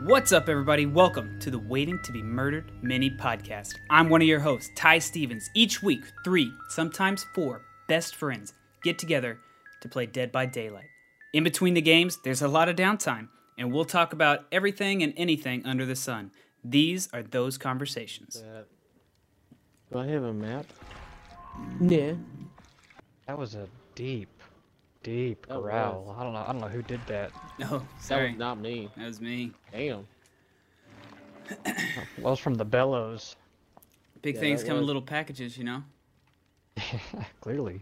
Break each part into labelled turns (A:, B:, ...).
A: What's up, everybody? Welcome to the Waiting to Be Murdered mini podcast. I'm one of your hosts, Ty Stevens. Each week, three, sometimes four, best friends get together to play Dead by Daylight. In between the games, there's a lot of downtime, and we'll talk about everything and anything under the sun. These are those conversations.
B: Do I have a map?
C: Yeah.
B: That was a deep, deep
C: That
B: growl.
C: was.
B: I don't know. I don't know who did that.
A: Oh,
C: That
A: sorry.
C: was not me.
A: That was me.
C: Damn.
B: Well, it's from the bellows.
A: Big
C: Yeah,
A: things
C: that
A: come in
C: was.
A: little packages, you know?
B: Clearly.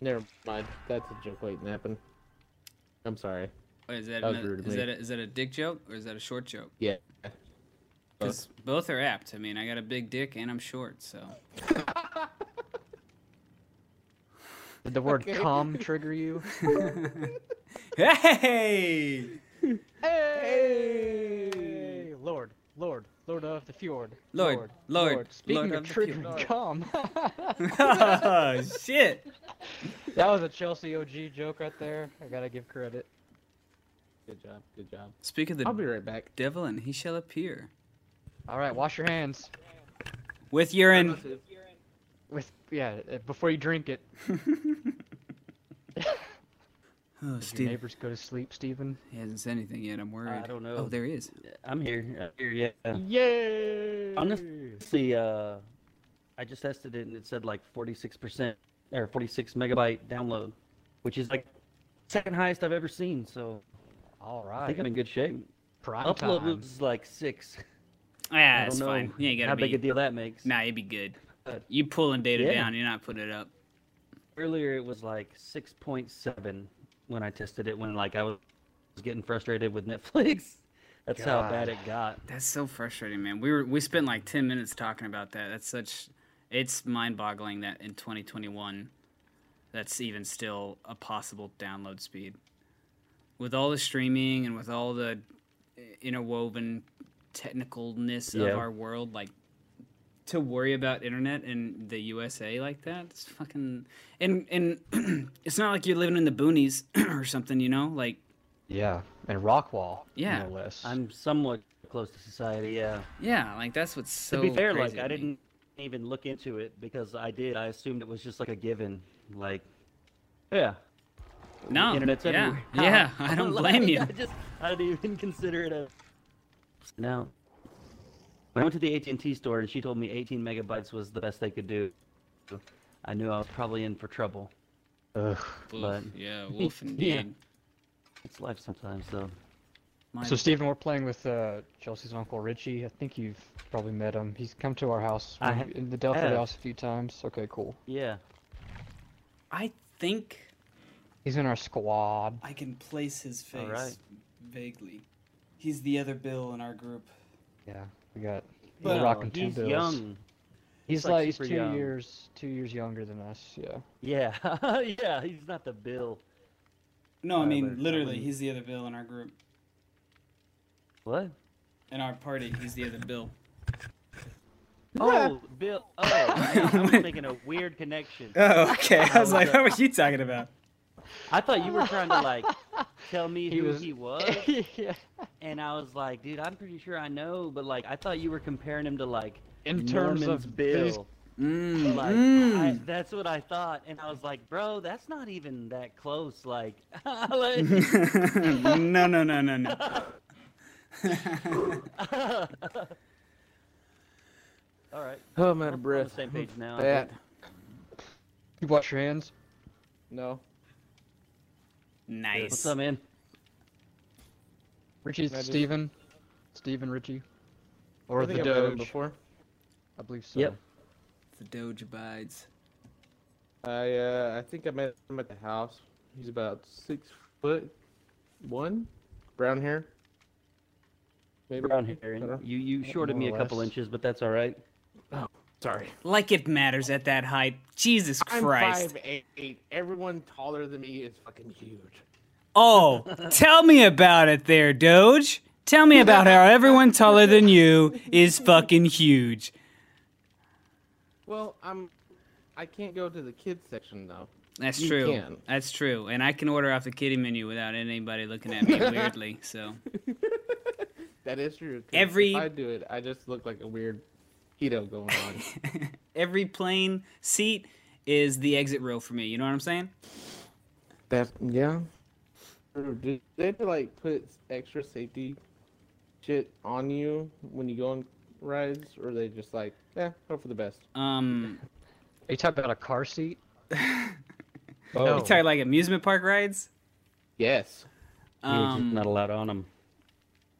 C: Never mind. That's a joke waiting to happen. I'm sorry.
A: Wait, is, that
C: That was
A: another-
C: rude of
A: is
C: me.
A: that a, is that a dick joke or is that a short joke?
C: Yeah.
A: 'Cause both are apt. I mean, I got a big dick and I'm short, so.
B: Did the word "com" trigger you?
A: Hey!
B: Hey! Lord, Lord, Lord of the Fjord.
A: Lord, Lord,
B: Speaking
A: Lord
B: of
A: of the Fjord.
B: triggering "com,"
A: oh, shit.
B: that was a Chelsea OG joke right there. I gotta give credit.
C: Good job. Good job.
A: Speak of the
C: I'll be right back.
A: devil and he shall appear.
B: All right, wash your hands.
A: With urine.
B: With yeah, uh, before you drink it.
A: Oh,
B: Did your
A: Steve.
B: neighbors go to sleep, Stephen.
A: He hasn't said anything yet. I'm worried.
D: don't
A: Oh,
D: know.
A: there he is.
D: I'm here. I'm here, yeah.
A: Mm-hmm.
B: Yay!
D: Honestly, uh, I just tested it and it said like 46% or 46 megabyte download, which is like second highest I've ever seen. So
B: All
D: I
B: right.
D: think I'm in good shape.
B: Prime
D: Upload
B: time.
D: was like six.
A: Ah,
D: I don't
A: it's
D: know
A: fine. You ain't gotta
D: how
A: be.
D: big a deal that makes.
A: Nah, you'd be good.
D: But
A: You pulling data
D: Yeah.
A: down, you're not putting it up.
D: earlier it was like 6.7 when I tested it. When like I was getting frustrated with Netflix. That's how bad it got.
A: That's so frustrating, man. We were we spent like ten minutes talking about that. That's such it's mind boggling that in twenty twenty one that's even still a possible download speed. With all the streaming and with all the interwoven technicalness
D: Yeah.
A: of our world, like to worry about internet in the USA like that, it's fucking and and it's not like you're living in the boonies or something, you know? Like
B: Yeah, and Rockwall.
A: Yeah,
B: no less.
D: I'm somewhat close to society. Yeah.
A: yeah, like that's what's so
D: to be fair,
A: crazy
D: like
A: to
D: I
A: me.
D: didn't even look into it because I did. I assumed it was just like a given. Like, yeah,
A: No.
D: internet's
A: yeah.
D: everywhere.
A: Yeah, I don't
D: Like,
A: blame you.
D: I just I didn't even consider it a. Now, when I went to the AT and T store and she told me 18 megabytes was the best they could do, I knew I was probably in for trouble.
B: Ugh.
A: Wolf,
D: but-
A: yeah, wolf indeed.
D: Yeah. It's life sometimes, though.
A: My-
B: So Stephen, we're playing with uh, Chelsea's uncle Richie. I think you've probably met him. He's come to our house
D: I
B: when-
D: ha-
B: in the Delphi
D: have.
B: house a few times. Okay, cool.
D: Yeah,
A: I think
B: He's in our squad.
A: I can place his face
D: All right.
A: vaguely. He's the other Bill in our group.
B: Yeah, we got.
A: But-
B: we're rocking two
D: he's
B: bills.
D: young.
B: He's
D: like
B: like he's
D: super
B: two
D: young.
B: years two years younger than us. Yeah.
D: Yeah, yeah, he's not the Bill.
A: No, I
D: I
A: mean
D: would- I
A: literally,
D: wouldn't-
A: he's the other Bill in our group.
D: What?
A: In our party, he's the other Bill.
D: Oh, Bill. Oh, I was making a weird connection.
A: Oh, okay. I
D: was like, what
A: was you talking about?
D: I thought you were trying to like tell me
B: He
D: who
B: was-
D: he was,
B: yeah.
D: and I was like, dude, I'm pretty sure I know, but like I thought you were comparing him to like
B: In terms
D: Norman's
B: of
D: Bill.
B: base-
A: Mm,
D: Like I,
A: mm.
D: that's what I thought, and I was like, bro, that's not even that close. Like, like
A: mm. no, no, no, no, no.
D: all right,
C: Oh, I'm out
D: we're
C: of
D: on the
C: breath.
D: same page now. I
C: Bad.
D: think.
B: You wash your hands.
C: No.
A: nice.
D: What's up, man?
B: Richie's
C: Can I just-
B: Stephen. Stephen Richie. Or
C: I
B: the
C: think I've met him
B: Doge.
C: before.
B: I believe so.
D: Yep.
A: The Doge abides.
C: I uh, I think I met him at the house. He's about six foot one, brown hair. Maybe
D: Brown hair.
C: I
D: and
C: don't know.
D: You you shorted me a
B: more or
D: couple
B: less.
D: inches, but that's all right.
C: Oh, Sorry.
A: Like it matters at that height. Jesus
C: I'm
A: Christ.
C: five eight. Everyone taller than me is fucking huge.
A: Oh, tell me about it there, Doge. Tell me about how everyone taller than you is fucking huge.
C: Well, I'm. I can't go to the kids section though.
A: That's
C: You
A: true.
C: can.
A: That's true. And I can order off the kiddie menu without anybody looking at me weirdly. So
C: That is true. 'cause
A: Every-
C: If I do it, I just look like a weird keto going on.
A: Every plane seat is the exit row for me. You know what I'm saying?
C: that yeah. True. Do they have to like put extra safety shit on you when you go on rides, or they just like yeah, hope for the best?
A: Um,
B: Are you talking about a car seat?
D: Oh.
A: you
C: Oh.
A: talking like amusement park rides?
C: Yes.
D: You're just
A: Um,
D: not allowed on them.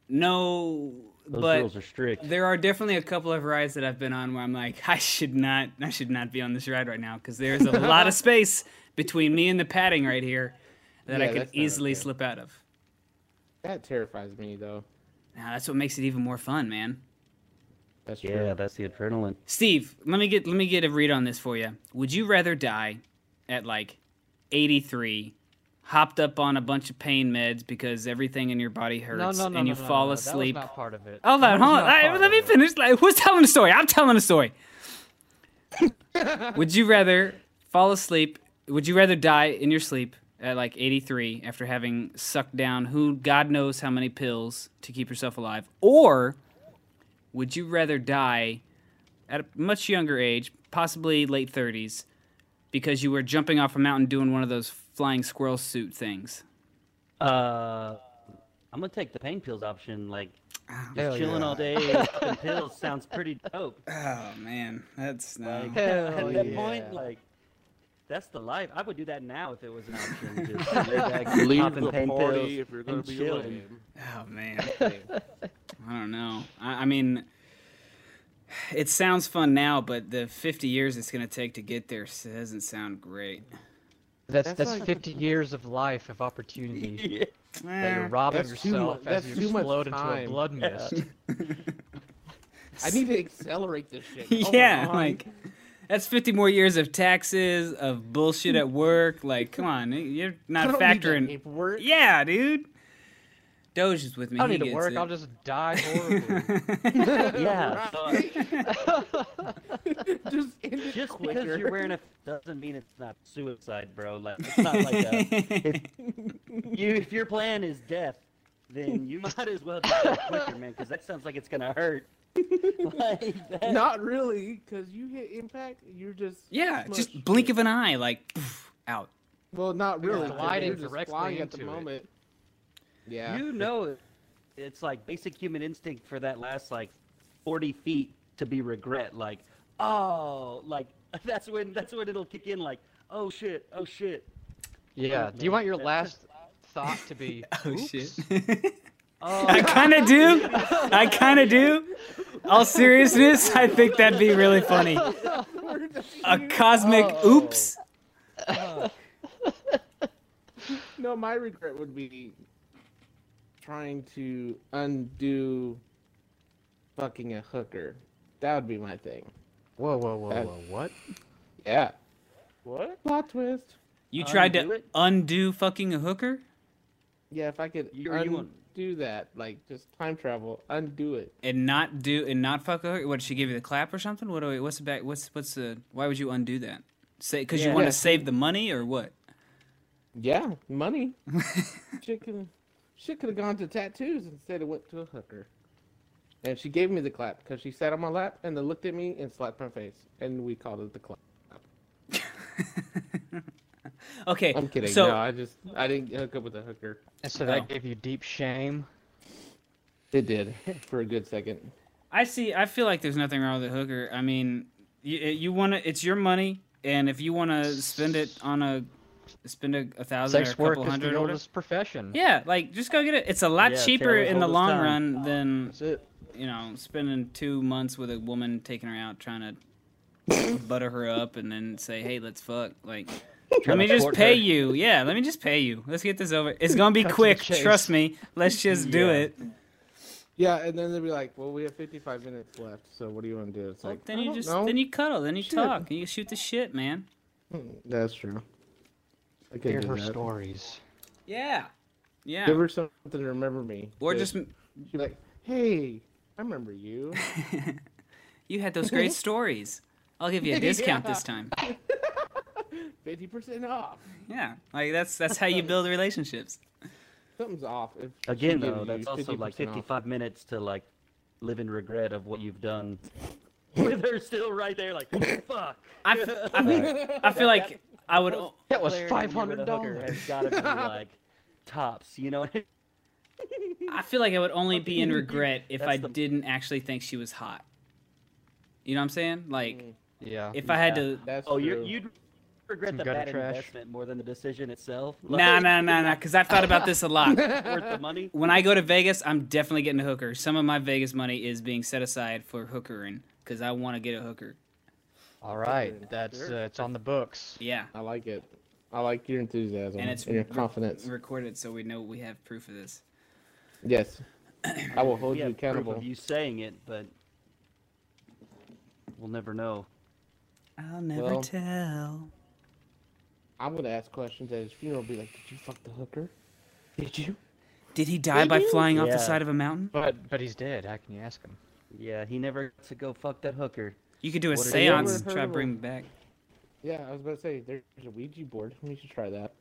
A: no,
D: Those
A: but
D: rules are strict.
A: there are definitely a couple of rides that I've been on where I'm like, I should not, I should not be on this ride right now because there's a lot of space between me and the padding right here that I
C: Yeah,
A: could
C: that's not
A: easily
C: okay.
A: slip out of.
C: That terrifies me though.
A: Now, that's what makes it even more fun, man.
C: That's true.
D: Yeah, that's the adrenaline.
A: Steve, let me get let me get a read on this for you. Would you rather die at like 83, hopped up on a bunch of pain meds because everything in your body hurts,
B: No, no, no,
A: and
B: no,
A: you
B: no,
A: fall
B: no,
A: asleep? Oh,
B: That was not part of it.
A: Hold on,
B: That was
A: hold on.
B: not
A: I-
B: part
A: let
B: of
A: me
B: it.
A: finish. Like, who's telling the story? I'm telling the story. would you rather fall asleep? Would you rather die in your sleep at like 83 after having sucked down who God knows how many pills to keep yourself alive, or would you rather die at a much younger age, possibly late 30s, because you were jumping off a mountain doing one of those flying squirrel suit things?
D: Uh, I'm gonna take the pain pills option. Like, just
B: Ah, Hell
D: chilling
B: yeah.
D: all day, taking pills sounds pretty dope.
A: Oh man, that's
D: Like,
B: Hell
D: at that
B: yeah.
D: point, like, that's the life. I would do that now if it was an option. Just lay back,
C: Leave
D: popping
C: the
D: pain
C: party
D: pills
C: if you're gonna
D: and
C: be
D: chilling.
C: lame.
A: Oh man. I don't know. I, I mean, it sounds fun now, but the 50 years it's going to take to get there s- doesn't sound great.
B: That's
C: That's
B: that's
C: like-
B: 50 years of life of opportunity
D: Yeah.
B: that
A: Eh,
B: you're robbing
C: That's too mu-
B: yourself as
C: that's
B: you
C: too much
B: explode into a
C: time.
B: blood mist.
C: I need to accelerate this shit. Oh my
A: yeah,
C: God.
A: like that's 50 more years of taxes, of bullshit at work. Like, come on, eh, you're
C: I
A: not
C: don't need that
A: factoring.
C: paperwork.
A: Yeah, dude. Doge is with me.
B: I don't
A: he
B: need to
A: gets
B: work.
A: it.
B: I'll just die horribly.
D: yeah. so I-
C: Just end it
D: just because
C: quicker.
D: you're wearing a doesn't mean it's not suicide, bro. Like, it's not like a. you if your plan is death, then you might as well do it quicker, man, because that sounds like it's gonna hurt. like that,
C: Not really, because you hit impact, you're just
A: yeah,
C: mush.
A: just blink of an eye, like poof, out.
C: Well, not really. 'cause
B: gliding
C: you're just
B: directly
C: flying at the
B: into it.
C: moment. Yeah.
D: You know, it- it's like basic human instinct for that last like 40 feet to be regret. Like, oh, like that's when that's when it'll kick in. Like, oh shit, oh shit,
B: yeah. Do you want your last thought to be?
A: Oh
B: "Oops"?
A: shit.
D: oh.
A: I kind of do. I kind of do. All seriousness, I think that'd be really funny. A cosmic
D: Oh.
A: oops.
C: no, my regret would be trying to undo fucking a hooker. That would be my thing.
B: Whoa, whoa, whoa,
A: Uh,
C: That-
B: whoa! What?
C: Yeah.
D: what?
C: Plot twist.
A: You tried
D: Undo
A: to
D: it?
A: undo fucking a hooker?
C: Yeah, if I could
D: You- you
C: undo
D: want-
C: that, like just time travel, undo it.
A: And not do and not fuck a hooker? What did she give you the clap or something? What do we, what's the back what's what's the why would you undo that? Say because you
D: Yeah.
A: want to
C: Yeah.
A: save the money or what?
C: Yeah, money. shit could shit could have gone to tattoos instead it went to a hooker. And she gave me the clap because she sat on my lap and then looked at me and slapped my face, and we called it the clap.
A: Okay.
C: I'm kidding.
A: So
C: no, I just I didn't hook up with a hooker.
B: And so
A: Oh.
B: that gave you deep shame.
C: It did for a good second.
A: I see. I feel like there's nothing wrong with a hooker. I mean, you, you want to. It's your money, and if you want to spend it on a, spend a, a thousand
B: Sex
A: or a
B: work
A: couple
B: is
A: hundred
B: the
A: or whatever.
B: oldest profession.
A: Yeah, like just go get it. It's a lot
D: Yeah,
A: cheaper
D: Taylor's
A: in the
D: oldest
A: long
D: time.
A: run than
C: That's it.
A: you know spending two months with a woman taking her out trying to butter her up and then say, "Hey, let's fuck." Like, let
D: Trying
A: me
D: to
A: just
D: court
A: pay
D: her.
A: you. Yeah, let me just pay you. Let's get this over. It's gonna be
B: Cut to the
A: quick.
B: chase.
A: Trust me. Let's just do
B: Yeah.
A: it.
C: Yeah, and then they'd be like, "Well, we have 55 minutes left, so what do you want to do?" It's
A: Well,
C: like
A: then
C: I
A: you
C: don't
A: just
C: know.
A: then you cuddle. Then you
C: Shit.
A: talk. And you shoot the shit, man.
C: Hmm, That's true. I could
B: Hear
C: do
B: her
C: that.
B: stories.
A: Yeah. Yeah.
C: Give her something to remember me.
A: Or
C: Good.
A: just
C: she'd be like, "Hey, I remember you."
A: you had those great stories. I'll give you a discount this time.
C: Fifty percent off.
A: Yeah, like that's that's how you build relationships.
C: Something's off. If she
D: Again,
C: gives
D: though,
C: you
D: that's also like
C: 50% off.
D: 55 minutes to like live in regret of what you've done. They're still right there, like fuck.
A: I f- I feel- I feel like I would. o-
B: That was
D: Player when you're with a hooker
B: $500.
D: Has gotta be like tops, you know. what I mean?
A: I feel like I would only be in regret if I
D: That's the-
A: didn't actually think she was hot. You know what I'm saying? Like,
C: Mm,
B: Yeah.
A: if I had
D: Yeah.
A: to.
C: That's
D: Oh,
C: true.
D: you you'd regret
B: Some
D: the
B: gutter
D: bad
B: trash.
D: investment more than the decision itself.
A: Nah,
D: Like,
A: nah, nah, nah. Because I've thought about this a lot.
D: Worth the money.
A: When I go to Vegas, I'm definitely getting a hooker. Some of my Vegas money is being set aside for hookering because I want to get a hooker.
B: All right,
C: Sure.
B: that's uh, it's on the books.
A: Yeah,
C: I like it. I like your enthusiasm
A: and it's
C: your
A: re-
C: confidence.
A: recorded, so we know we have proof of this.
C: yes. I will hold
D: We
C: you
D: have proof
C: accountable.
D: of you saying it, but we'll never know.
A: I'll never
C: Well-
A: tell.
C: I'm gonna ask questions at his funeral. Be like, did you fuck the hooker? Did you?
A: Did he die by flying off
D: Yeah.
A: the side of a mountain?
B: But but he's dead. How can you ask him?
D: Yeah, he never got to go fuck that hooker.
A: You could do a
D: What if-
A: seance and
C: Never
A: try to
C: heard of
A: bring
C: him.
A: him back.
C: Yeah, I was about to say there's a Ouija board. We should try that.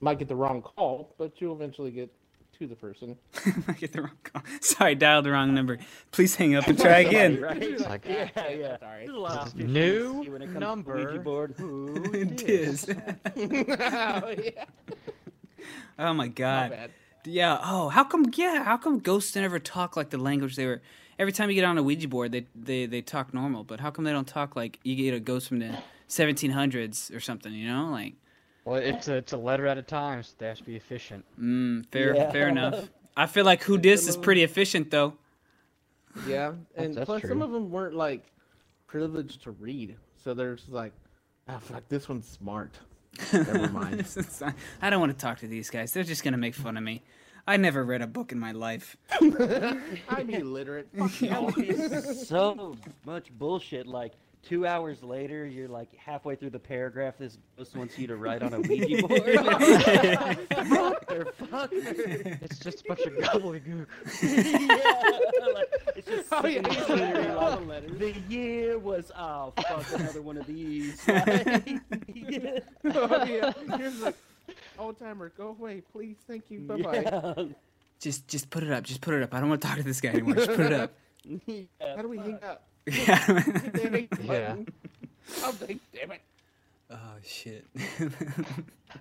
C: Might get the wrong call, but you'll eventually get to the person.
A: I get the wrong call. Sorry, dialed the wrong number. Please hang up and try again.
D: Right?
C: It's
B: like,
D: yeah,
C: okay,
D: yeah.
C: that's all right.
D: There's a lot of
B: New
D: 50/50 when it comes to Ouija
B: number.
D: board. Who
A: it
D: dis?
A: is.
C: oh, yeah.
A: oh my
C: My
A: god.
C: bad.
A: Yeah. Oh, how come? Yeah. How come ghosts never talk like the language they were? Every time you get on a Ouija board, they they, they talk normal. But how come they don't talk like you get a ghost from the 1700s or something? You know, like.
B: Well, it's a, it's a letter at a time, so they have to be efficient.
A: Mm, fair.
D: Yeah.
A: Fair enough. I feel like who dis is pretty efficient though.
C: Yeah, and
B: that's
C: plus some
B: true.
C: of them weren't like privileged to read, so they're just like, ah, fuck, this one's smart. Never mind.
A: This is- I don't want to talk to these guys. They're just gonna make fun of me. I never read a book in my life.
C: I'm illiterate. Fuck
D: That
C: y'all.
D: would be so much bullshit. Like two hours later, you're like halfway through the paragraph this ghost wants you to write on a Ouija board. Fucker, fucker.
B: It's just a bunch of gobbledygook.
D: yeah, like, it's just
C: Oh,
D: sitting
C: yeah,
D: there,
C: yeah, yeah.
D: like, The year was oh fuck another one of these. Like, yeah.
C: oh, yeah. Here's a old timer. Go away, please. Thank you. Bye bye.
A: Just just put it up. Just put it up. I don't want to talk to this guy anymore. Just put it up.
D: Yeah.
C: How do we hang up?
A: Yeah.
C: Damn it,
B: Yeah.
C: button. I'm like, damn it.
A: oh shit. Oh,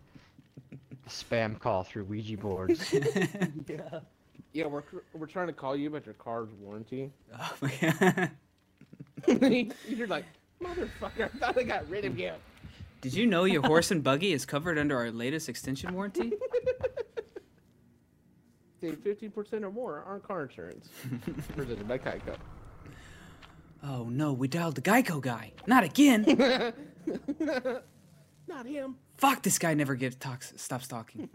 B: Spam call through Ouija boards.
D: Yeah.
C: Yeah, we're we're trying to call you, but your car's warranty.
A: oh my god.
C: You're like, motherfucker! I thought I got rid of you.
A: Did you know your horse and buggy is covered under our latest extension warranty?
C: Save fifteen percent or more on car insurance. Presented by Geico.
A: Oh no, we dialed the Geico guy. Not again.
C: Not him.
A: Fuck, this guy never gives talks. Stops talking.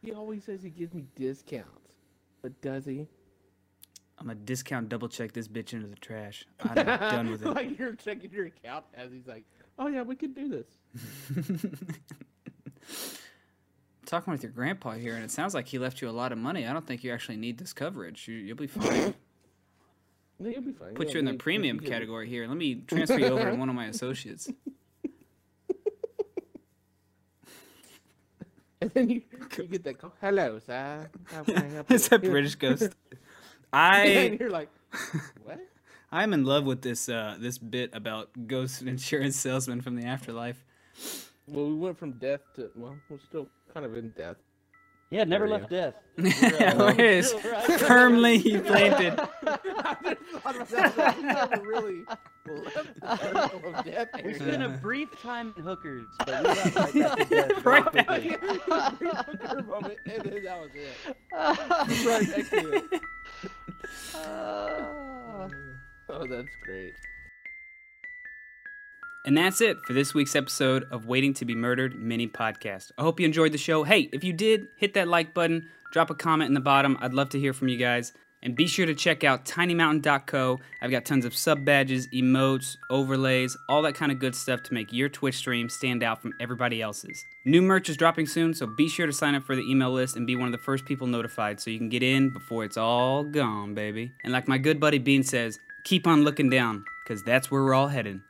C: He always says he gives me discounts, but does he?
A: I'm gonna discount double check this bitch into the trash. I'm done with it.
C: like you're checking your account as he's like, oh yeah, we could do this.
A: Talking with your grandpa here, and it sounds like he left you a lot of money. I don't think you actually need this coverage. You, you'll be fine.
C: No, you'll be fine.
A: Put
C: Yeah,
A: you in
C: we-
A: the
C: we
A: premium
C: can get it."
A: category here. Let me transfer you over to one of my associates.
C: And then you, you get that call. Hello, sir. How can I help
A: It's
C: you?"
A: a British ghost.
C: and
A: I
C: you're like, what?
A: I'm in love with this uh, this bit about ghost insurance salesman from the afterlife.
C: Well, we went from death to well, we're still kind of in death.
D: Yeah, never
B: There you
D: left death.
A: Where it's firmly planted.
C: I never thought about that, but we never really left the circle of death.
D: There's been a
A: Yeah.
D: brief time in hookers, but we got
A: Right
D: right back to death. very
A: back.
D: quickly.
C: For a moment, and then that was it. Right next to it. Oh, that's great.
A: And that's it for this week's episode of Waiting to Be Murdered mini podcast. I hope you enjoyed the show. Hey, if you did, hit that like button, drop a comment in the bottom. I'd love to hear from you guys. And be sure to check out tinymountain.co. I've got tons of sub badges, emotes, overlays, all that kind of good stuff to make your Twitch stream stand out from everybody else's. New merch is dropping soon, so be sure to sign up for the email list and be one of the first people notified so you can get in before it's all gone, baby. And like my good buddy Bean says, keep on looking down, because that's where we're all headed.